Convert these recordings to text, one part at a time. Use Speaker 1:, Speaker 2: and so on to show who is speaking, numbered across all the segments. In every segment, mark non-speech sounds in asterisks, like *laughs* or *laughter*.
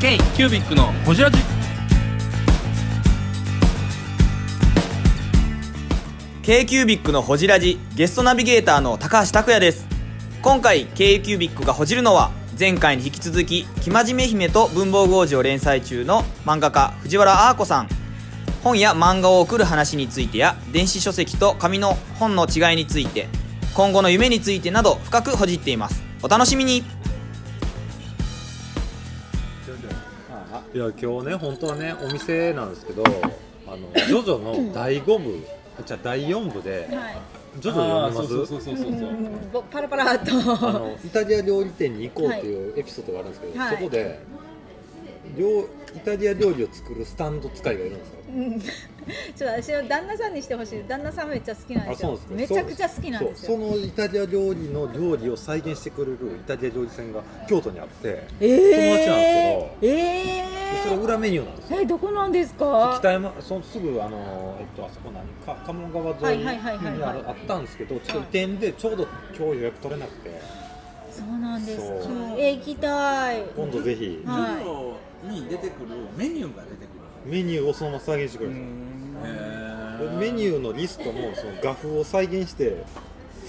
Speaker 1: ケイキュービックのホジラジ
Speaker 2: ケイキュービックのほじラジゲストナビゲーターの高橋拓也です今回ケイキュービックがほじるのは前回に引き続き「生真面目姫と文房具王子」を連載中の漫画家藤原あーこさん本や漫画を送る話についてや電子書籍と紙の本の違いについて今後の夢についてなど深くほじっていますお楽しみに
Speaker 3: いや今日ね本当はねお店なんですけどあのジョジョの第5部あじゃあ第4部で
Speaker 4: はい、
Speaker 3: ジョジョ読みます
Speaker 1: うそうそう
Speaker 4: うんぼパラパラっと
Speaker 3: あのイタリア料理店に行こうっていうエピソードがあるんですけど、
Speaker 4: はい
Speaker 3: そこで料イタリア料理を作るスタンド使いがいるんですよ
Speaker 4: うん *laughs* ちょっと私の旦那さんにしてほしい旦那さんめっちゃ好きなん
Speaker 3: あ
Speaker 4: です
Speaker 3: そう
Speaker 4: よ
Speaker 3: なん
Speaker 4: め
Speaker 3: です
Speaker 4: ち
Speaker 3: ね
Speaker 4: ゃくちゃ好きなんです
Speaker 3: そう
Speaker 4: よ
Speaker 3: そのイタリア料理の料理を再現してくれるイタリア料理店が京都にあって
Speaker 4: え
Speaker 3: 友達なんです
Speaker 4: え
Speaker 3: でそれ
Speaker 4: え
Speaker 3: 裏メニューなんですよ
Speaker 4: えどこなんですか
Speaker 3: 北山そのすぐあの、えっと、あそこ何か鴨川沿いに
Speaker 4: はいはいはいはい
Speaker 3: あるあったんですけどちょっと移転でちょうど今日予約取れなくて
Speaker 4: そうなんですか
Speaker 3: そう
Speaker 4: え行きたい
Speaker 3: 今度ぜひ
Speaker 4: はい
Speaker 5: 授業に出てくるメニューが出てくる
Speaker 3: メニューをそのまま再現してくれるんですよでメニューのリストもその画風を再現して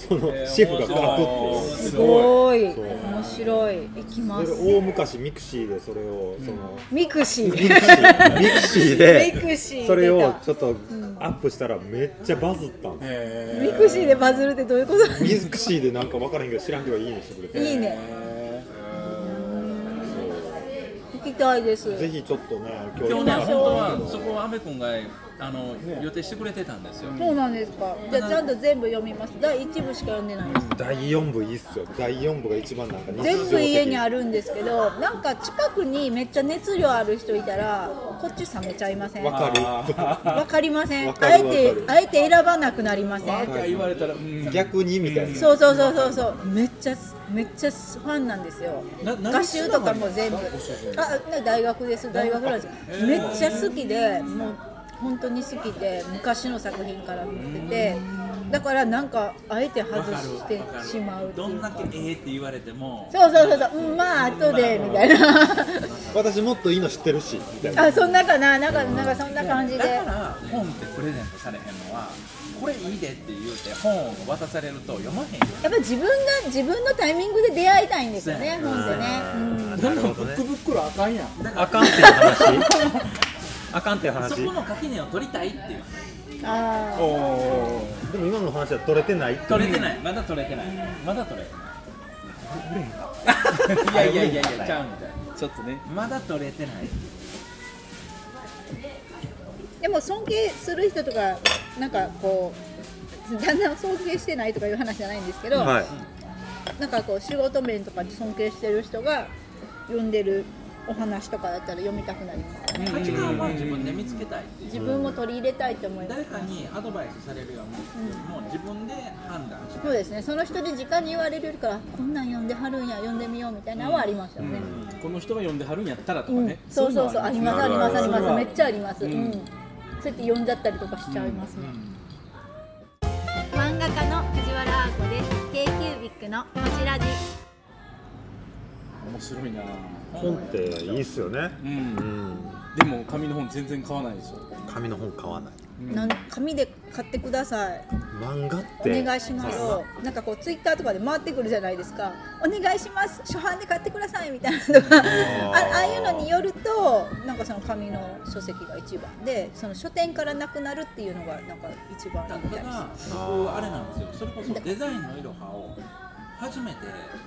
Speaker 3: そのシェフが書くっていう
Speaker 4: すごい
Speaker 3: そう
Speaker 4: 面白い行き
Speaker 3: そ
Speaker 4: ま
Speaker 3: れ
Speaker 4: す
Speaker 3: 大昔ミクシーでそれをその、
Speaker 4: ミクシー
Speaker 3: ミクシーミクシー
Speaker 4: ミ
Speaker 3: で
Speaker 4: クシー出た
Speaker 3: それをちょっとアップしたらめっちゃバズったんです
Speaker 4: ミクシーでバズるってどういうことなんです
Speaker 3: ミクシーでなんか分からへんけど知らんけどいいねしてくれ
Speaker 4: か
Speaker 3: て
Speaker 4: いいね行きたいです
Speaker 3: ぜひちょっとね今
Speaker 1: 今日
Speaker 3: 日
Speaker 1: ね本当はそこを阿部君があの予定してくれてたんですよ
Speaker 4: そうなんですかじゃあちゃんと全部読みます第一部しか読んでないです
Speaker 3: 第4部いいっすよ第4部が一番なんか日常的
Speaker 4: 全部家にあるんですけどなんか近くにめっちゃ熱量ある人いたらこっち冷めちゃいません
Speaker 3: わ
Speaker 4: わ
Speaker 3: かる
Speaker 4: かりません
Speaker 3: わか
Speaker 4: あえ
Speaker 3: るわ
Speaker 4: て
Speaker 3: かる
Speaker 4: あえて選ばなくなりません
Speaker 1: 言われたら、うん、
Speaker 3: 逆にみたいな
Speaker 4: そうそうそうそうそうめっちゃめっちゃファンなんですよ
Speaker 5: な何
Speaker 4: 合集とかも全部あな大学です大学なんですめっちゃ好きでもう本当に好きで昔の作品から見ててだからなんかあえて外してしまうって
Speaker 5: ど
Speaker 4: い
Speaker 5: ん
Speaker 4: う
Speaker 5: だけええって言われても
Speaker 4: そうそうそうそううんまあ後でみたいな
Speaker 3: 私もっといいの知ってるしみたいな
Speaker 4: あそんなかななんかなんかそんな感じ
Speaker 5: だ
Speaker 4: で
Speaker 5: から本ってプレゼントされへんのはこれいいでって言うて本を渡されると読まへんよ
Speaker 4: やっぱ自分が自分のタイミングで出会いたいんですよね本でね、うん、
Speaker 3: なるほどね
Speaker 5: あかんって
Speaker 1: *laughs*
Speaker 3: あかんっていう
Speaker 5: そ
Speaker 3: 話
Speaker 5: この垣根を取りたいっていう
Speaker 4: あー
Speaker 3: でも今の話は取れてない
Speaker 5: 取れてないまだ取れてないまだ取れて *laughs* ないいやいやいやいやちゃうみたいな
Speaker 1: ちょっとね
Speaker 5: まだ取れてない
Speaker 4: でも尊敬する人とかなんかこう旦那を尊敬してないとかいう話じゃないんですけど、
Speaker 3: はい
Speaker 4: なんかこう仕事面とかで尊敬してる人が読んでるお話とかだったら読みたくなりますね
Speaker 5: 価値観は自分で見つけたいっていう
Speaker 4: 自分も取り入れたいと思います
Speaker 5: 誰かにアドバイスされるよりも、もう自分で判断して
Speaker 4: そうですねその人で時間に言われるよりからこんなん読んではるんや読んでみようみたいなのはありましたよね、
Speaker 1: この人が呼んではるんやったらとか
Speaker 4: うん
Speaker 1: ね、
Speaker 4: そうそうそうありますありますありますめっちゃあります、うん
Speaker 1: うん
Speaker 4: そうやって呼んじゃったりとかしちゃいますね、
Speaker 6: 漫画家の藤原あ子です k キュービックのこちらジ
Speaker 1: 面白いな
Speaker 3: 本っていいっすよね
Speaker 1: うん
Speaker 3: うん
Speaker 1: でも紙の本全然買わないでしょ
Speaker 3: 紙の本買わない
Speaker 4: なん紙で買ってください
Speaker 3: 漫画っ
Speaker 4: お
Speaker 3: て
Speaker 4: 願いしますなんかこうツイッターとかで回ってくるじゃないですかお願いします初版で買ってくださいみたいなのとかあああいうのによるとなんかその紙の書籍が一番でその書店からなくなるっていうのがなんか一番
Speaker 5: た
Speaker 4: いいみたいです
Speaker 5: だ僕あれなんですよそれこそデザインのいろはを初めて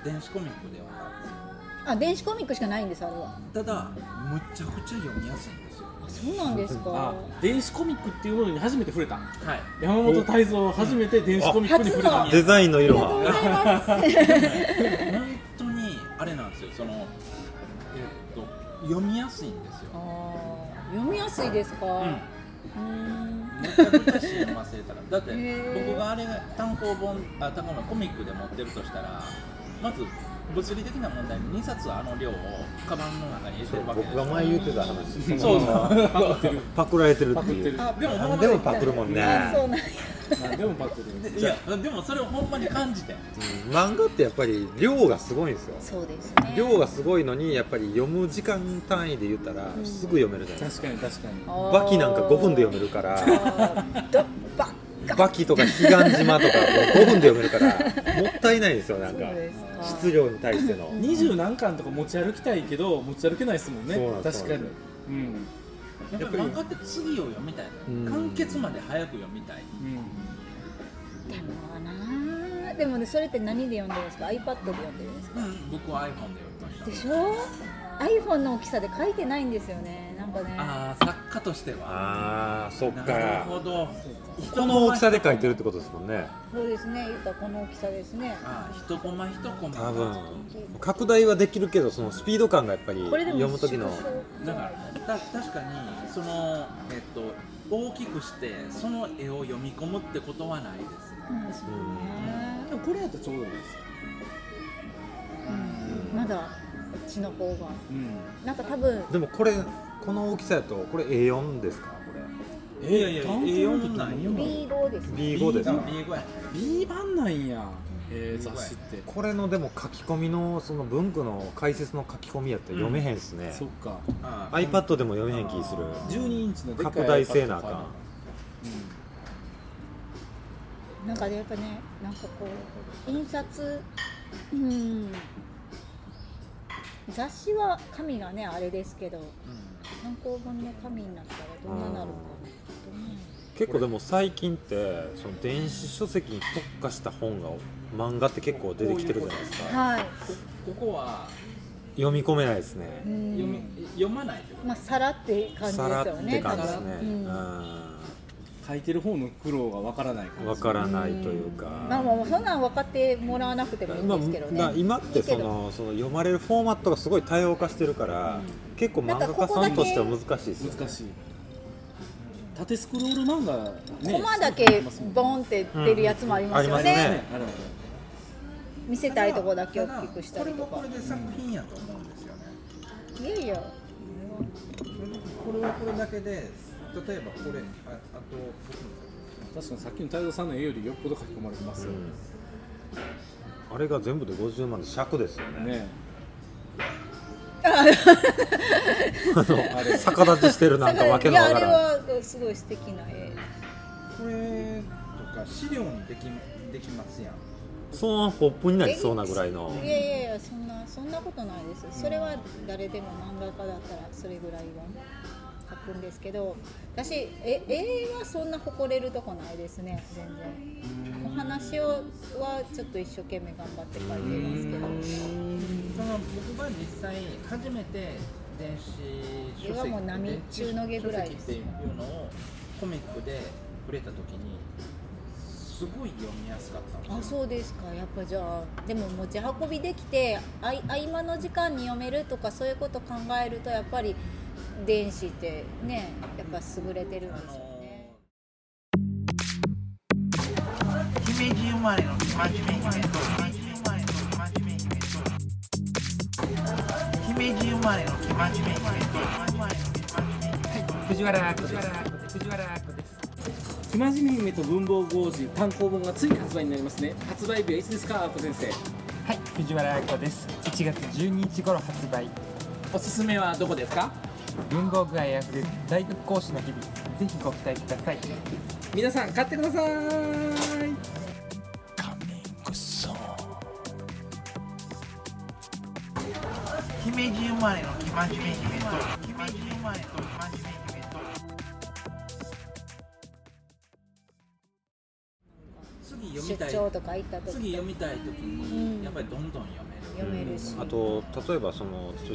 Speaker 5: 電子コミックで読んだんですよ
Speaker 4: あ電子コミックしかないんですあれは
Speaker 5: ただむちゃくちゃ読みやすいんですよ
Speaker 4: あそうなんですか
Speaker 1: あ電子コミックっていうものに初めて触れた
Speaker 5: はい
Speaker 1: 山本泰造初めて電子コミックに触れた
Speaker 4: 初
Speaker 3: デザインの色
Speaker 4: ありがとう
Speaker 3: は
Speaker 4: ございます
Speaker 5: 本当にあれなんですよそのえっと読みやすいんですよ
Speaker 4: あー読みやすいですか、うーん
Speaker 5: めちゃくちゃ親 *laughs* 和性高いだって
Speaker 4: へー
Speaker 5: 僕があれ単行本あ単行本コミックで持ってるとしたらまず物理的な問題に2冊あの量をカバンの中に入れてるわけです
Speaker 7: 僕が前言ってた話
Speaker 5: そうそうパクってる
Speaker 3: パクられてるっていう
Speaker 5: あでもほんま
Speaker 3: 何
Speaker 5: に
Speaker 3: でもパクるもんね
Speaker 4: あそうなんや
Speaker 1: 何でもパクる
Speaker 5: いやでもそれをほんまに感じて
Speaker 3: うん漫画ってやっぱり量がすごいんですよ
Speaker 4: そうですね
Speaker 3: 量がすごいのにやっぱり読む時間単位で言ったら
Speaker 4: ん
Speaker 3: すぐ読めるじゃないです
Speaker 1: 確かに確かに
Speaker 3: かバキなんか5分で読め
Speaker 4: る
Speaker 3: るから
Speaker 4: *laughs* どバカ
Speaker 3: バキとか彼岸島とか5分で読めるからもったいないですよなんか質量に対しての
Speaker 1: 二十何巻とか持ち歩きたいけど持ち歩けないですもんね
Speaker 3: そうなんです
Speaker 1: 確かに
Speaker 3: そう
Speaker 1: うん
Speaker 5: やっぱり漫画って次を読みたい、
Speaker 3: うん
Speaker 5: 完結まで早く読みたい、
Speaker 4: でもなあでもねそれって何で読んでるんですか iPad で読んでるんですか
Speaker 5: 僕は iPhone で読みました
Speaker 4: でしょ iPhone の大きさで書いてないんですよねなんかね
Speaker 5: ああ作家としては
Speaker 3: ああそっ
Speaker 5: なるほど
Speaker 3: この大きさで書いてるってことですもんね
Speaker 4: そうですね言うたらこの大きさですね
Speaker 5: ああ一コマ一コマ
Speaker 3: 多分拡大はできるけどそのスピード感がやっぱり
Speaker 4: これでも
Speaker 3: 読む時の
Speaker 4: 縮小
Speaker 5: だからた確かにそのえっと大きくしてその絵を読み込むってことはないですね
Speaker 4: うんそうね
Speaker 1: でもこれやったらちょうどいいです
Speaker 4: まだこっちの方が
Speaker 1: うん
Speaker 4: なんか多分
Speaker 3: でもこれこの大きさやとこれ A4 ですかこ
Speaker 1: え
Speaker 5: いやいや
Speaker 1: 単行本
Speaker 5: A4 なんよ
Speaker 1: って
Speaker 4: B5 です
Speaker 3: れ
Speaker 4: ね
Speaker 3: B5 ですか
Speaker 5: B5 や
Speaker 1: 何 B 版なんやえー雑誌って
Speaker 3: これのでも書き込みのその文句の解説の書き込みやったら読めへんっすね、
Speaker 1: そっか
Speaker 5: ああ
Speaker 3: iPad でも読めへん気する
Speaker 1: 12インチのでっかい
Speaker 3: 拡大せなあか
Speaker 1: iPad と
Speaker 3: ん
Speaker 4: なんかねやっぱねなんかこう印刷うん雑誌は紙がねあれですけど単行本の紙になったらどんななるか
Speaker 3: 結構でも最近ってその電子書籍に特化した本が漫画って結構出てきてるじゃないですか
Speaker 4: なはい
Speaker 5: こここは
Speaker 3: 読み込めないですね
Speaker 4: うん
Speaker 5: 読み読まないってこ
Speaker 4: まあ皿って感じ
Speaker 3: さ
Speaker 4: で
Speaker 3: らっ
Speaker 4: すよね
Speaker 3: て感じです
Speaker 4: 多
Speaker 3: ね
Speaker 4: 分うん
Speaker 1: 書いてる方の苦労がわからない感
Speaker 3: う
Speaker 1: じ
Speaker 3: んわからないというか
Speaker 4: まあもうそんなん分かってもらわなくてもいいん
Speaker 3: まあ
Speaker 4: ですけどね、
Speaker 3: な今ってそのその読まれるフォーマットがすごい多様化してるから、結構漫画家さんとしては難しいですよね
Speaker 1: 難しい縦スクロール漫画ね
Speaker 4: コマだ
Speaker 1: 作
Speaker 4: け
Speaker 1: ってますもんね
Speaker 4: ボンって出るやつもあります
Speaker 3: う
Speaker 4: よね,、
Speaker 3: んありますね
Speaker 1: あるある
Speaker 4: 見せ
Speaker 5: と
Speaker 4: たいとこだけ大きくしたりと
Speaker 5: こ
Speaker 4: か
Speaker 5: れもこれで作品やと思うんですよね
Speaker 4: いやいや
Speaker 5: これはこれだけで例えばこれああと
Speaker 1: 確かにさっきの太蔵さんの絵よりよっぽど書き込まれてますよね
Speaker 3: うんあれが全部で50万で尺ですよね
Speaker 1: ね
Speaker 3: あの逆立ちしてるなんかわけ
Speaker 4: い
Speaker 3: の
Speaker 4: や
Speaker 3: わ
Speaker 4: あ
Speaker 3: か
Speaker 4: れ
Speaker 3: らん
Speaker 4: はすごい素敵な絵
Speaker 5: これとか資料にできできますやん
Speaker 3: そのポップになりそうなぐらいの
Speaker 4: いやいやいやそんなそんなことないですそれは誰でも漫画家だったらそれぐらいは書くんですけど私え絵はそんな誇れるとこないですね全然お話をはちょっと一生懸命頑張って書いてますけど
Speaker 5: その僕が実際初めて電子書籍
Speaker 4: これはもう波
Speaker 5: 電子
Speaker 4: 中の下ぐらいで
Speaker 5: 書
Speaker 4: す
Speaker 5: 籍っていうのをコミックで触れた時にすごい読みやすかったんですよ
Speaker 4: あそうですかやっぱじゃあでも持ち運びできてあい合間の時間に読めるとかそういうこと考えるとやっぱり電子ってねやっぱ優れてるんですよね。
Speaker 5: 姫路生まれの真面目姫と姫路生まれの真面目姫
Speaker 1: 藤原子です藤原子です生真面目姫と文房具王子単行本がついに発売になりますね発売日はいつですかあこ先生
Speaker 8: はい、藤原愛子です。1月12日頃発売。
Speaker 1: おすすめはどこですか
Speaker 8: 文房具愛あふれる大学講師の日々。ぜひご期待ください。
Speaker 1: 皆さん買ってください
Speaker 5: 姫路生まれの生真面目姫と姫路生まれの生真面目姫と次読みた
Speaker 4: 出
Speaker 5: い
Speaker 4: 張とか行った時
Speaker 5: 次読みたい時
Speaker 4: うん
Speaker 5: にやっぱりどんどん読める
Speaker 4: 読めるし、
Speaker 3: あと例えばその出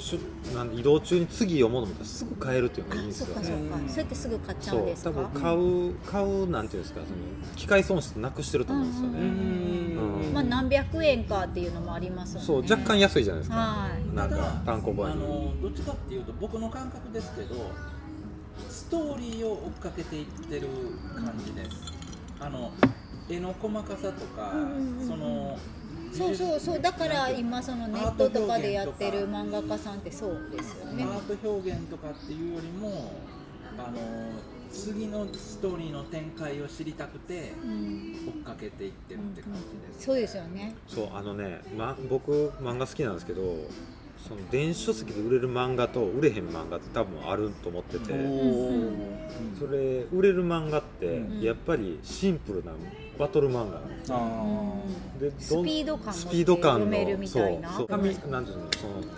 Speaker 3: なん移動中に次読もうと思ったらすぐ買えるっていうのがいいんです
Speaker 4: そっ
Speaker 3: よ
Speaker 4: かそっ
Speaker 3: ね
Speaker 4: か、そうやってすぐ買っちゃ
Speaker 3: そ
Speaker 4: うん
Speaker 3: う
Speaker 4: です
Speaker 3: 多
Speaker 4: か
Speaker 3: 分買う買うなんていうんですかその機械損失なくしてると思うんですよね、うん
Speaker 4: まあ何百円かっていうのもありますよね
Speaker 3: そう若干安いじゃないですか
Speaker 4: はい
Speaker 3: なん
Speaker 5: ただ
Speaker 3: か単行本
Speaker 5: あ
Speaker 3: より
Speaker 5: のどっちかっていうと僕の感覚ですけどストーリーを追っかけていってる感じですあの絵の細かさとか、
Speaker 4: うんうんうんうん
Speaker 5: その
Speaker 4: そうそうそうだから今そのネットとかでやってる
Speaker 5: アート
Speaker 4: 漫画家さんってそうですよ
Speaker 5: ア
Speaker 4: ね。
Speaker 5: ート表現とかっていうよりもあの次のストーリーの展開を知りたくて
Speaker 4: うん、
Speaker 5: 追っかけていってるって感じです、
Speaker 4: そうですよね。
Speaker 3: そうあのね、ま、僕漫画好きなんですけどその電子書籍で売れる漫画と売れへん漫画って多分あると思ってて、それ売れる漫画って
Speaker 4: ん
Speaker 3: やっぱりシンプルなバトル漫画なんですよ
Speaker 4: うん
Speaker 3: で
Speaker 4: ス
Speaker 3: どん
Speaker 4: ピード感も
Speaker 3: スピード感の
Speaker 4: 読めるみたいな
Speaker 3: そうそう紙なんていうのその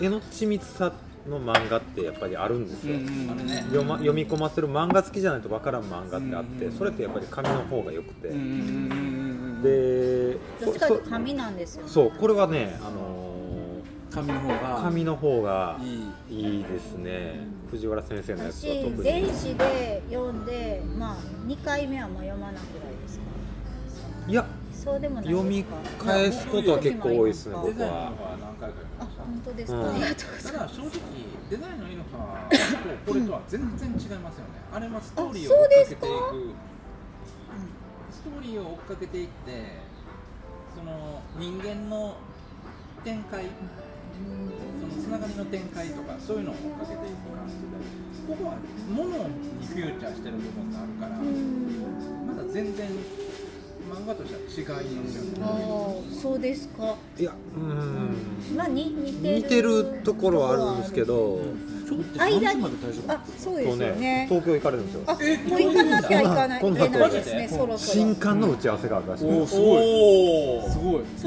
Speaker 3: 絵の緻密さの漫画ってやっぱりあるんですよ、
Speaker 5: あれね
Speaker 3: 読ま読み込ませる漫画好きじゃないとわからん漫画ってあって、
Speaker 1: うん
Speaker 3: それってやっぱり紙の方がよくて、
Speaker 1: で
Speaker 3: で
Speaker 4: どっちかというと
Speaker 3: そ
Speaker 4: 紙なんですよ、ね。
Speaker 3: そうこれはね、あの
Speaker 1: 紙の方
Speaker 3: ー
Speaker 1: が
Speaker 3: 紙の方が
Speaker 1: いい
Speaker 3: いいですね、藤原先生のやつ
Speaker 4: 私
Speaker 3: は特
Speaker 4: 電
Speaker 3: に
Speaker 4: 子で読んでまあ2回目はもう読まないぐらいですか
Speaker 3: いや
Speaker 4: そうでもないですか
Speaker 3: 読み返すことは結構多いですね
Speaker 5: デ
Speaker 3: 僕
Speaker 5: ザインの方
Speaker 3: は
Speaker 5: は何回かやり
Speaker 4: あ
Speaker 5: ました
Speaker 4: 本当ですか、
Speaker 3: うん
Speaker 4: ありがとうござ
Speaker 5: た
Speaker 4: いま
Speaker 5: だ正
Speaker 4: す
Speaker 5: 直デザインのイノハとこれとは全然違いますよねあれはストーリーを追っかけていく
Speaker 4: あそう
Speaker 5: ストーリーを追っかけていってその人間の展開そのつながりの展開とかそういうのを追っかけていく感じでここは物にフューチャーしてる部分があるからまだ全然漫画としては違いますよね
Speaker 4: あーそうですか
Speaker 3: いやうん
Speaker 4: まあに似てる
Speaker 3: 似てるところはあるんですけど
Speaker 4: 間にあそう
Speaker 3: そう
Speaker 4: ですよね
Speaker 3: ね東京行かれるんです
Speaker 4: あ
Speaker 3: よ
Speaker 4: もう行かなきゃいかない
Speaker 3: 今度
Speaker 4: いけないで
Speaker 3: 今
Speaker 4: す
Speaker 3: 度
Speaker 4: ねそろそろ
Speaker 3: 新刊の打ち合わせがあるらしい
Speaker 1: お
Speaker 3: で
Speaker 1: お
Speaker 3: す
Speaker 1: すごいす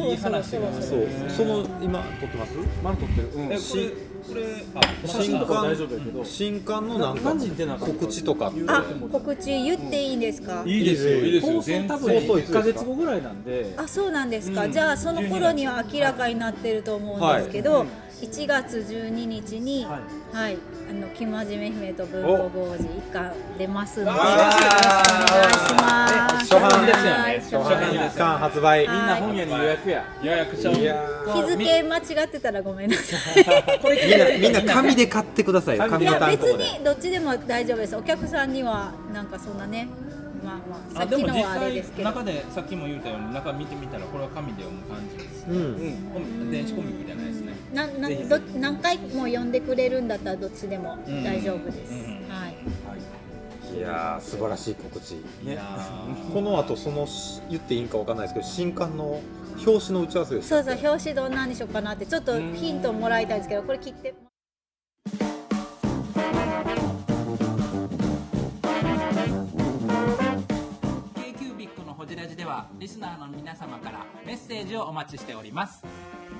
Speaker 1: ごい
Speaker 4: そろそろそろそ
Speaker 3: そう
Speaker 4: ろ
Speaker 3: その今撮ってます
Speaker 1: まだ撮ってるうん
Speaker 3: えし新刊新刊のなんか
Speaker 1: 何時に出なかった
Speaker 3: 告知とかって
Speaker 4: あ告知言っていいんですか、
Speaker 1: いいですよ
Speaker 3: いい
Speaker 1: い
Speaker 3: で
Speaker 1: いですす
Speaker 3: よ
Speaker 1: よ全多分
Speaker 3: 然
Speaker 1: 1ヶ月後ぐらいなんで
Speaker 4: あそうなんですか、
Speaker 1: うん
Speaker 4: じゃあその頃には明らかになってると思うんですけど、1月12日に、は
Speaker 1: はい
Speaker 4: あの生真面目姫と文庫王子一巻出ますのでお願いしま
Speaker 3: 初
Speaker 4: す。
Speaker 3: 版ですよね
Speaker 4: はい
Speaker 1: 初版
Speaker 4: 初版
Speaker 1: です
Speaker 3: 新刊発売
Speaker 1: みんな本屋に予約や予約ちゃう
Speaker 3: いや
Speaker 4: 日付間違ってたらごめんなさい。
Speaker 3: ー *laughs* みんなみんな紙で買ってください
Speaker 4: い
Speaker 3: 紙の
Speaker 4: や
Speaker 3: 単
Speaker 4: 別
Speaker 3: 行で
Speaker 4: にどっちでも大丈夫です。お客さんにはなんかそんなね、まあまあさ
Speaker 7: あ
Speaker 4: っ
Speaker 7: で
Speaker 4: き
Speaker 7: も
Speaker 4: の
Speaker 7: 実
Speaker 4: はあれですけ
Speaker 7: 際
Speaker 4: ど。
Speaker 7: 中でさっきも言うたように中見てみたらこれは紙で読む感じです、
Speaker 3: う
Speaker 1: うんん
Speaker 7: コミ電子コミックじゃないですね
Speaker 4: ななど何回も呼んでくれるんだったらどっちでも大丈夫です。
Speaker 7: うん
Speaker 4: はい。
Speaker 3: いやー素晴らしい告知
Speaker 7: いやー
Speaker 3: *laughs* この後そのし言っていいんかわかんないですけど新刊の表紙の打ち合わせです
Speaker 4: そうそう表紙どんなんにしようかなってちょっとヒントもらいたいんですけどこれ切って。
Speaker 7: KQBIC のホジラジではリスナーの皆様からメッセージをお待ちしております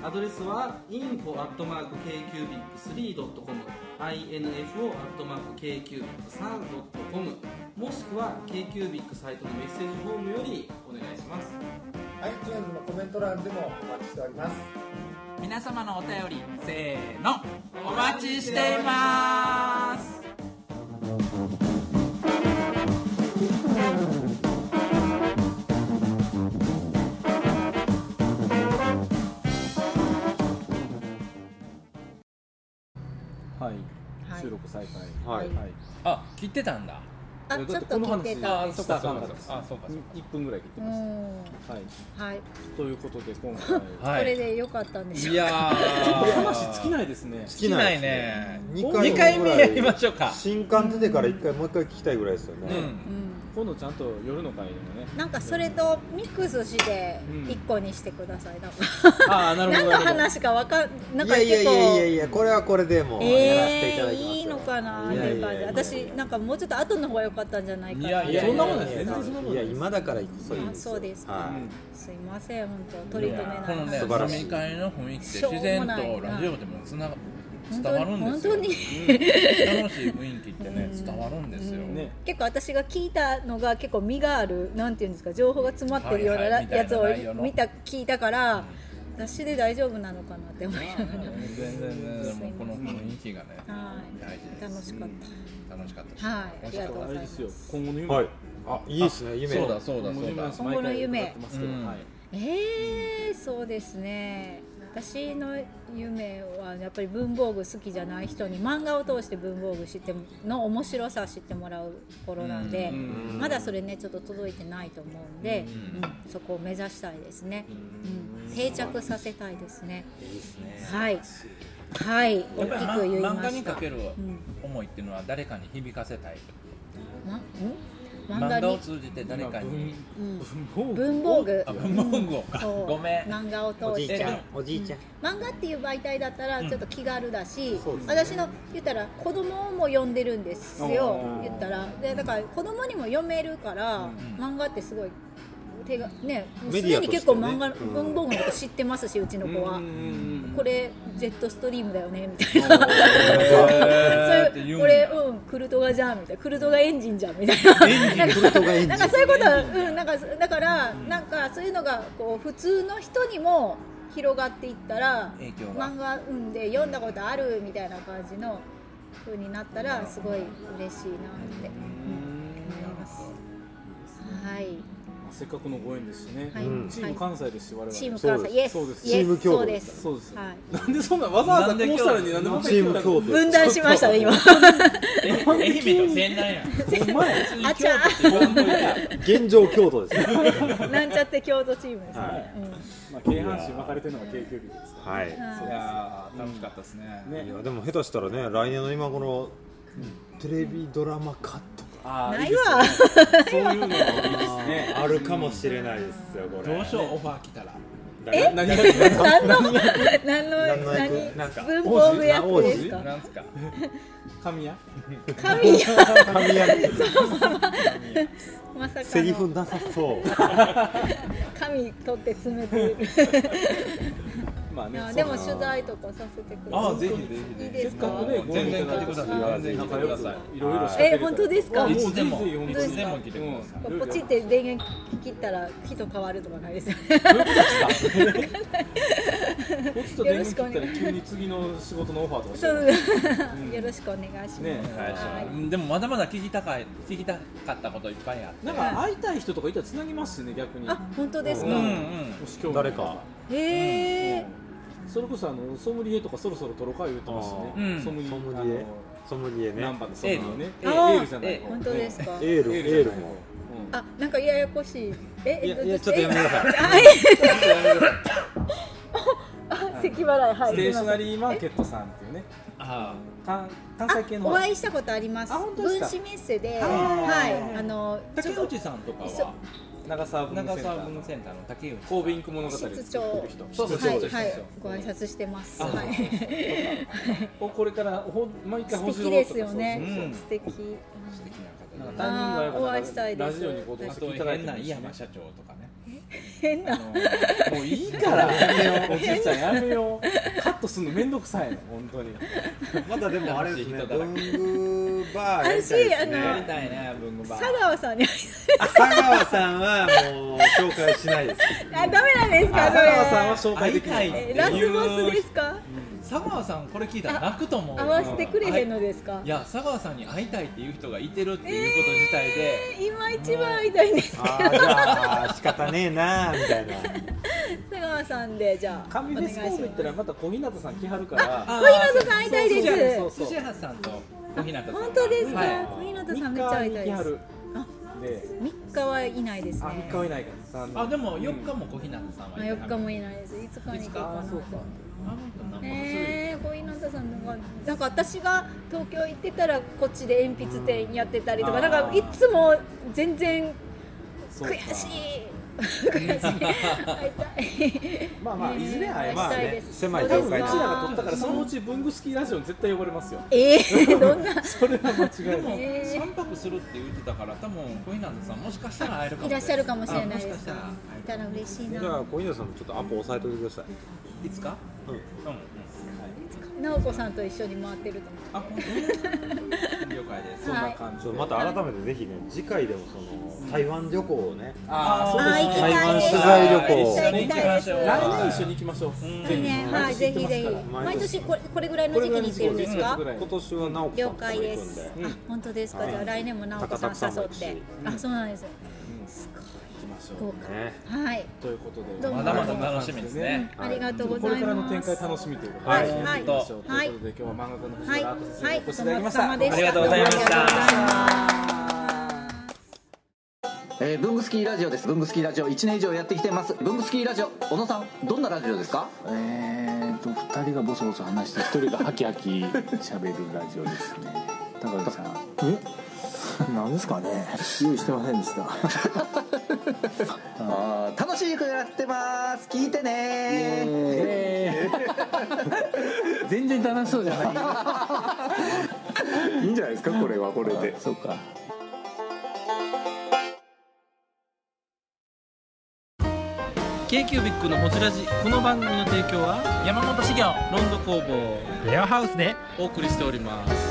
Speaker 9: アドレスは info.kcubic3.com info.kcubic3.com もしくは KQBIC サイトのメッセージフォームよりお願いします
Speaker 7: 皆様のお便りせーのお待ちしています
Speaker 1: はい
Speaker 4: はい
Speaker 1: 収録再開
Speaker 3: はい
Speaker 1: はい
Speaker 7: あ切ってたんだ
Speaker 4: あちょっと聞いてた。
Speaker 7: あそうかそう
Speaker 1: した
Speaker 7: かあそうかそう
Speaker 1: 1分ぐらい切って
Speaker 4: う
Speaker 1: まし
Speaker 4: ん
Speaker 1: たはい
Speaker 4: はい、
Speaker 1: ということで今回
Speaker 7: かは
Speaker 4: これ
Speaker 7: い
Speaker 4: で良かったんでしょ
Speaker 7: いう
Speaker 4: か。
Speaker 7: やー
Speaker 1: 話尽きないですね
Speaker 3: 好
Speaker 7: 尽きないね
Speaker 3: 2
Speaker 7: 2回目やりましょうか
Speaker 3: 新刊出てから1回もう1回聞きたいぐらいですよね、
Speaker 7: うん
Speaker 4: う
Speaker 1: 今度ちゃんと夜の会でもね
Speaker 4: ん、なんかそれとミックスして
Speaker 1: うん
Speaker 4: 一個にしてください。なんか
Speaker 1: ああなる
Speaker 4: *laughs*
Speaker 1: ほ
Speaker 4: 何
Speaker 1: ど
Speaker 4: の
Speaker 1: なるほど
Speaker 4: 話かわかんなん
Speaker 3: い
Speaker 4: か
Speaker 3: やいや
Speaker 4: 結
Speaker 3: いやいやいやこ
Speaker 4: 構
Speaker 3: れはこれでもうやらせていただ
Speaker 4: えー
Speaker 3: きますよ
Speaker 4: いいのかなっていう感じ。
Speaker 3: いやいやいや
Speaker 4: 私なんかもうちょっと後の方が良かったんじゃないかな。
Speaker 7: いやいや
Speaker 1: そんなもんない
Speaker 3: や
Speaker 1: 全然そんなもんない
Speaker 3: や今だからこそいい
Speaker 4: あ
Speaker 3: ですよ
Speaker 4: そうですか。
Speaker 3: は
Speaker 4: すいません本当取り留めない
Speaker 7: このね、
Speaker 3: 素晴らしい
Speaker 7: 飲み会の雰囲気って自然とラジオでもつなが
Speaker 4: 本
Speaker 7: 伝
Speaker 4: 当
Speaker 7: わるん
Speaker 4: 本
Speaker 7: です
Speaker 4: 当
Speaker 7: よ。
Speaker 4: に。
Speaker 7: 楽しい雰囲気ってね、伝わるんですよ。
Speaker 1: ね
Speaker 4: 結構私が聞いたのが結構身があるなんていうんですか情報が詰まってるような
Speaker 7: はいはいみたいな
Speaker 4: やつを
Speaker 7: 内容の
Speaker 4: 見た聞いたから私で大丈夫なのかなって思いなが
Speaker 7: 全然全然もうこの雰囲気がね、
Speaker 4: ら、は
Speaker 7: 大事
Speaker 4: い、
Speaker 7: で
Speaker 4: 楽
Speaker 7: す。
Speaker 4: しかっ
Speaker 7: 楽しかったです
Speaker 4: た、はいありがとうご
Speaker 1: あ
Speaker 4: ざい
Speaker 1: れ
Speaker 4: ま
Speaker 1: ですよ
Speaker 4: す
Speaker 1: 今後の
Speaker 3: い
Speaker 1: 夢
Speaker 3: はいあいいですね夢
Speaker 7: そうだそうだそうだ。
Speaker 4: 今後の夢
Speaker 1: 毎回伺ってますけど
Speaker 7: うん
Speaker 1: はい
Speaker 4: えー、そうですね私の夢はやっぱり文房具好きじゃない人に漫画を通して文房具知っての面白さ知ってもらう頃なんでまだそれねちょっと届いてないと思うんで、うんそこを目指したいですね、うん、定着させたいですねはいはい
Speaker 5: や
Speaker 4: 大
Speaker 5: っぱり
Speaker 4: きく言い
Speaker 5: ま
Speaker 4: ま
Speaker 5: 漫画
Speaker 4: し
Speaker 5: に
Speaker 4: た
Speaker 5: かける
Speaker 4: うん
Speaker 5: 思いっていうのは誰かに響かせたい
Speaker 4: まん漫
Speaker 5: 漫
Speaker 4: 画
Speaker 5: 画を
Speaker 4: に、
Speaker 5: 通じて誰かに
Speaker 4: うん、
Speaker 1: 文
Speaker 4: 文房具
Speaker 5: あ文房具
Speaker 4: そう
Speaker 5: ごめん
Speaker 4: 漫画を
Speaker 3: お
Speaker 4: 通
Speaker 3: じ
Speaker 4: し
Speaker 3: いち
Speaker 4: て
Speaker 3: ゃんおじいちゃん
Speaker 4: 漫画っていう媒体だったらちょっと気軽だし、
Speaker 3: そうですね
Speaker 4: 私の言ったら子供も読んでるんですよ言ったらでだから子供にも読めるから、漫画ってすごい手がねもうすでに結構
Speaker 3: メディ
Speaker 4: 漫
Speaker 3: ア
Speaker 4: 画、
Speaker 3: としてねうん
Speaker 4: 文房具のこと知ってますしうちの子は。これジェットストリームだよねみたいな、
Speaker 5: ー
Speaker 4: *laughs* そ
Speaker 5: って
Speaker 4: う
Speaker 5: 言
Speaker 4: い
Speaker 5: うんだ
Speaker 4: うこれうんクルトガじゃんみたいなクルトガエンジンじゃんみたいななんか
Speaker 3: クルトガエンジン
Speaker 4: なんかそういうことはうんなんかだからなんかそういうのがこう普通の人にも広がっていったら
Speaker 5: 影響が
Speaker 4: 漫画うんで読んだことあるみたいな感じの風になったらすごい嬉しいなって思います。はい。
Speaker 1: せっかくのご縁ですしね、
Speaker 4: はい
Speaker 3: うん
Speaker 1: チーム関西ですし、我々
Speaker 4: チーム関
Speaker 3: そうで
Speaker 4: 西、
Speaker 3: す
Speaker 4: イエス、
Speaker 1: そうです
Speaker 4: イエ
Speaker 3: チーム
Speaker 4: ス、
Speaker 3: 共同
Speaker 4: そうです。
Speaker 1: そうです、
Speaker 4: はい。
Speaker 1: なんでそんなわざわざこうしたらになんで僕が
Speaker 3: チーム
Speaker 1: 京
Speaker 3: 京
Speaker 1: 都
Speaker 3: 都
Speaker 4: 分断しましたね今。
Speaker 9: 愛媛と仙台やん
Speaker 1: お前
Speaker 4: あちゃ
Speaker 3: 現状京都ですね
Speaker 4: ー、なんちゃって京都チームですね。
Speaker 3: はい
Speaker 1: *laughs* まあ京阪神分かれてるのが京急日ですか
Speaker 3: はい
Speaker 4: うん
Speaker 5: いやー楽しかったですね
Speaker 1: らね
Speaker 3: いやでも下手したらね来年の今このテレビドラマ化とか
Speaker 1: あー
Speaker 4: ない
Speaker 1: いです
Speaker 4: わ。
Speaker 1: そういうのがいいですね
Speaker 3: あるかもしれないですよこれ
Speaker 5: どうしようオファー来たら
Speaker 3: え
Speaker 1: 何がですか
Speaker 4: 何の何
Speaker 3: 何の
Speaker 4: の
Speaker 3: 役
Speaker 4: 何
Speaker 5: なんか
Speaker 4: 文房具役ですか。
Speaker 5: なんすか
Speaker 1: 神谷
Speaker 4: 神谷
Speaker 3: 神谷
Speaker 4: まさか
Speaker 3: セリフ
Speaker 4: の
Speaker 3: なさそう
Speaker 4: 神取って詰めている。
Speaker 1: まあ
Speaker 4: い
Speaker 1: ね
Speaker 4: や
Speaker 1: そう
Speaker 4: でも取材とかさせてください。
Speaker 5: ぜひぜひ
Speaker 4: いい
Speaker 1: せ
Speaker 4: で
Speaker 1: っ
Speaker 4: す
Speaker 1: か
Speaker 4: か。
Speaker 1: くねご縁いただいたし
Speaker 5: 全然来て
Speaker 1: 仲
Speaker 5: く
Speaker 1: 良
Speaker 5: だ
Speaker 1: く
Speaker 5: さい
Speaker 1: いろいろし
Speaker 4: え本当ですか。
Speaker 1: もう
Speaker 4: ポ
Speaker 1: 全然本当
Speaker 4: いつで
Speaker 5: も来てくださ
Speaker 1: うん
Speaker 4: チって電源切ったら人変わるとかないですよね。
Speaker 1: *laughs* ポチッと電源切ったら急に次の仕事のオファーとかして
Speaker 4: そうよろしくお願いします。
Speaker 1: ね
Speaker 5: うんでもまだまだ聞きたかい聞きたかったこといっぱいあって
Speaker 1: なんか会いたい人とかいたらつなぎますしね逆に
Speaker 4: あ本当ですか。
Speaker 5: うん
Speaker 1: もし興味
Speaker 3: 誰か
Speaker 4: へえ。
Speaker 1: それこそあのソムリエとかそろそろ取ろうか言ってましたね、
Speaker 5: あーうん
Speaker 1: ソムリエ
Speaker 3: ソムリエ
Speaker 1: あ
Speaker 3: ソムリエ
Speaker 1: のナン
Speaker 3: ね
Speaker 1: バーのソムリエね
Speaker 5: エール
Speaker 1: エールじゃない
Speaker 5: エール
Speaker 4: 本当ですか。
Speaker 3: エールエ
Speaker 1: エ
Speaker 3: ー
Speaker 1: ールじゃ
Speaker 3: ル
Speaker 1: ない
Speaker 3: も
Speaker 4: あなんかややこしい。え
Speaker 3: いやい
Speaker 4: ど
Speaker 3: や
Speaker 4: ち
Speaker 3: ちょっとやめなさい
Speaker 4: あ *laughs* え咳払いは
Speaker 1: ス
Speaker 4: い。
Speaker 1: テーショナ
Speaker 4: ー。
Speaker 1: リーマーケットさんっていうね
Speaker 5: あ
Speaker 1: 関関西系
Speaker 4: あ
Speaker 1: の
Speaker 4: お会いしたことあります。
Speaker 1: あ本当です
Speaker 4: 分
Speaker 1: か
Speaker 4: 子メッセで、
Speaker 1: はい
Speaker 4: はいあの
Speaker 5: あ
Speaker 4: ち
Speaker 5: 竹
Speaker 4: ょっと
Speaker 5: 内さんとか
Speaker 4: そ
Speaker 5: は
Speaker 1: 長澤文
Speaker 5: 長
Speaker 1: 具センタ
Speaker 5: 澤
Speaker 1: ー
Speaker 5: 文具
Speaker 1: の
Speaker 5: センターの竹内
Speaker 1: 神戸インク物語を作ってる
Speaker 4: 室
Speaker 1: 人
Speaker 4: 長。
Speaker 5: そうそう
Speaker 4: はい
Speaker 5: そう
Speaker 4: はいご挨拶してます。
Speaker 1: あ
Speaker 4: はい。
Speaker 1: をこれからほん毎回
Speaker 4: 素
Speaker 1: 報じろ
Speaker 4: 敵
Speaker 1: うと
Speaker 4: で
Speaker 1: か
Speaker 4: すよね。
Speaker 5: うん
Speaker 4: 素敵。
Speaker 5: 素敵な方
Speaker 1: なん
Speaker 5: だ
Speaker 1: か担任がやっぱ
Speaker 4: あーお会いしたいです
Speaker 1: ラジオにこう
Speaker 5: あ
Speaker 1: 出
Speaker 5: と
Speaker 1: ていただい
Speaker 5: 変
Speaker 1: て
Speaker 5: な
Speaker 1: もいい
Speaker 5: 井
Speaker 1: しね
Speaker 5: 山社長とかね
Speaker 4: 変な。
Speaker 1: もういいからやめようおじいちゃんやめよ
Speaker 4: *laughs*
Speaker 1: うカットするのめんどくさいの本当に
Speaker 3: まだでもあれですね
Speaker 5: 楽しい人だら
Speaker 3: 文具バーやりたいです
Speaker 4: あ
Speaker 5: やり
Speaker 4: の
Speaker 3: ね
Speaker 5: たいね文具バー
Speaker 4: *laughs* 佐川さんに。
Speaker 3: 佐川さんはもう紹介しないです
Speaker 4: *laughs* あダメなんですか
Speaker 1: 佐
Speaker 4: それ。
Speaker 1: 川さんは紹介できない
Speaker 5: 会い
Speaker 4: え
Speaker 5: た
Speaker 4: ラ
Speaker 5: いってい
Speaker 4: ス
Speaker 5: う
Speaker 4: ボスですか。
Speaker 5: 佐川さんこれ聞いたら泣くと思う
Speaker 4: 合わせてくれへんのですか
Speaker 5: い。や佐川さんに会いたいっていう人がいてるっていうこと自体で
Speaker 4: 今一番会いたいんですけど。
Speaker 3: ああじゃあ仕方ねえなみたいな
Speaker 4: *laughs* 佐川さんでじゃあ。
Speaker 1: 神フェス神戸行ったらまた小日向さん来はるから
Speaker 5: あー
Speaker 4: 小日向さん会いたい
Speaker 1: そうそう
Speaker 4: で
Speaker 1: そ
Speaker 4: す
Speaker 1: う。
Speaker 5: 土橋さんと小日向さん
Speaker 4: 本当ですか。
Speaker 5: はい
Speaker 4: 小日向さんめっちゃ会いたいで
Speaker 1: 三日に来は
Speaker 4: す
Speaker 1: る。
Speaker 4: あ
Speaker 1: で
Speaker 4: 三日はいないです
Speaker 1: あ
Speaker 4: ね。
Speaker 1: 三日はいないから
Speaker 5: あでも
Speaker 1: 四
Speaker 5: 4日も小日向さんは
Speaker 4: あ
Speaker 5: い
Speaker 4: 四
Speaker 5: て
Speaker 4: 日もいないです。いつかに行こうかな。
Speaker 1: そうか
Speaker 5: あの人なんか
Speaker 4: ええ小日向さんのがなんか私が東京行ってたらこっちで鉛筆店やってたりとか
Speaker 1: あ
Speaker 4: な
Speaker 1: ー
Speaker 4: んかいつも全然
Speaker 1: そう
Speaker 4: 悔
Speaker 1: か
Speaker 4: しい悔しい会いたい
Speaker 1: まあまあいずれ会え
Speaker 4: ま
Speaker 1: ま
Speaker 4: あ
Speaker 1: す
Speaker 4: ね
Speaker 1: ね
Speaker 3: 狭い
Speaker 1: 多
Speaker 3: 業
Speaker 1: 分うち
Speaker 3: 界
Speaker 1: ら
Speaker 3: で
Speaker 1: が取ったからそのうち文具好きラジオに絶対呼ばれますよ
Speaker 4: ええどんな
Speaker 1: それは間違い
Speaker 5: で
Speaker 1: な
Speaker 5: も
Speaker 1: い
Speaker 4: えー
Speaker 5: 3泊するって言ってたから多分小日向さんもしかしたら会えるかも
Speaker 4: いらっしゃるかもしれない
Speaker 5: あも
Speaker 4: で
Speaker 5: しかし
Speaker 4: す
Speaker 5: たら
Speaker 4: かいたら嬉し
Speaker 3: じ
Speaker 4: いな
Speaker 3: ゃあ小稲さんちょっとアポ押さえといてください
Speaker 5: いつか
Speaker 3: うん
Speaker 5: うんうん
Speaker 4: 直子さんと一緒に回ってると
Speaker 5: あ
Speaker 4: 思
Speaker 5: 本当に了解です
Speaker 1: そんな
Speaker 4: はい
Speaker 1: 感
Speaker 3: ち
Speaker 1: じ
Speaker 3: ょっとまた改めてぜひね次回でもその台湾旅行をね
Speaker 1: ああそう
Speaker 4: う
Speaker 1: です
Speaker 4: あー行きたい
Speaker 1: ね
Speaker 4: です
Speaker 3: 台湾取
Speaker 4: 材旅行
Speaker 5: 一緒に行きましょう
Speaker 1: 来年一緒に行きましょう
Speaker 4: ういいねはいぜひぜひ
Speaker 3: 毎
Speaker 4: 毎
Speaker 3: 年
Speaker 4: 年これこれぐらいの時期に行ってるんですか
Speaker 1: これぐらいの
Speaker 3: 今年は直子さ
Speaker 4: 了
Speaker 3: んとも
Speaker 4: 解
Speaker 3: 行
Speaker 4: で
Speaker 3: くん
Speaker 4: す
Speaker 3: で
Speaker 1: うん
Speaker 4: あ本当ですかじゃあ来年も直子
Speaker 3: 高田さんも
Speaker 4: さん
Speaker 3: 行
Speaker 4: 誘っ
Speaker 3: くして
Speaker 4: あそうなんです
Speaker 1: 行きまし
Speaker 4: 豪華
Speaker 3: ね
Speaker 4: はい
Speaker 5: ということで
Speaker 4: どうも
Speaker 5: まだまだ楽しみですね
Speaker 4: ありがとうご
Speaker 5: こ
Speaker 4: ざ
Speaker 5: れ
Speaker 4: い
Speaker 5: から
Speaker 4: ま
Speaker 5: の
Speaker 4: す
Speaker 5: 展開楽しみということで、
Speaker 3: はい
Speaker 5: やっていきましょうと
Speaker 4: はいいう
Speaker 5: ことで、今日は漫画家の藤
Speaker 4: はい
Speaker 5: 原敦先生
Speaker 4: は
Speaker 5: にお越しいただきました、
Speaker 4: いその奥様でした
Speaker 1: ありがとうございました
Speaker 4: ありがとうございます
Speaker 10: えー、ブングスキーラジオですブングスキーラジオ1年以上やってきてますブングスキーラジオ小野さんどんなラジオですかえーと2人がボソボソ話して1人がハキハキ喋るラジオですね高橋さんえなんですかね用意してませんでしたあー楽しくやってます聞いてね全然楽しそうじゃないいいんじゃないですかこれはこれでそうか
Speaker 5: 京急ビッグのホジラジこの番組の提供は山本資源ロンド工房レアハウスでお送りしております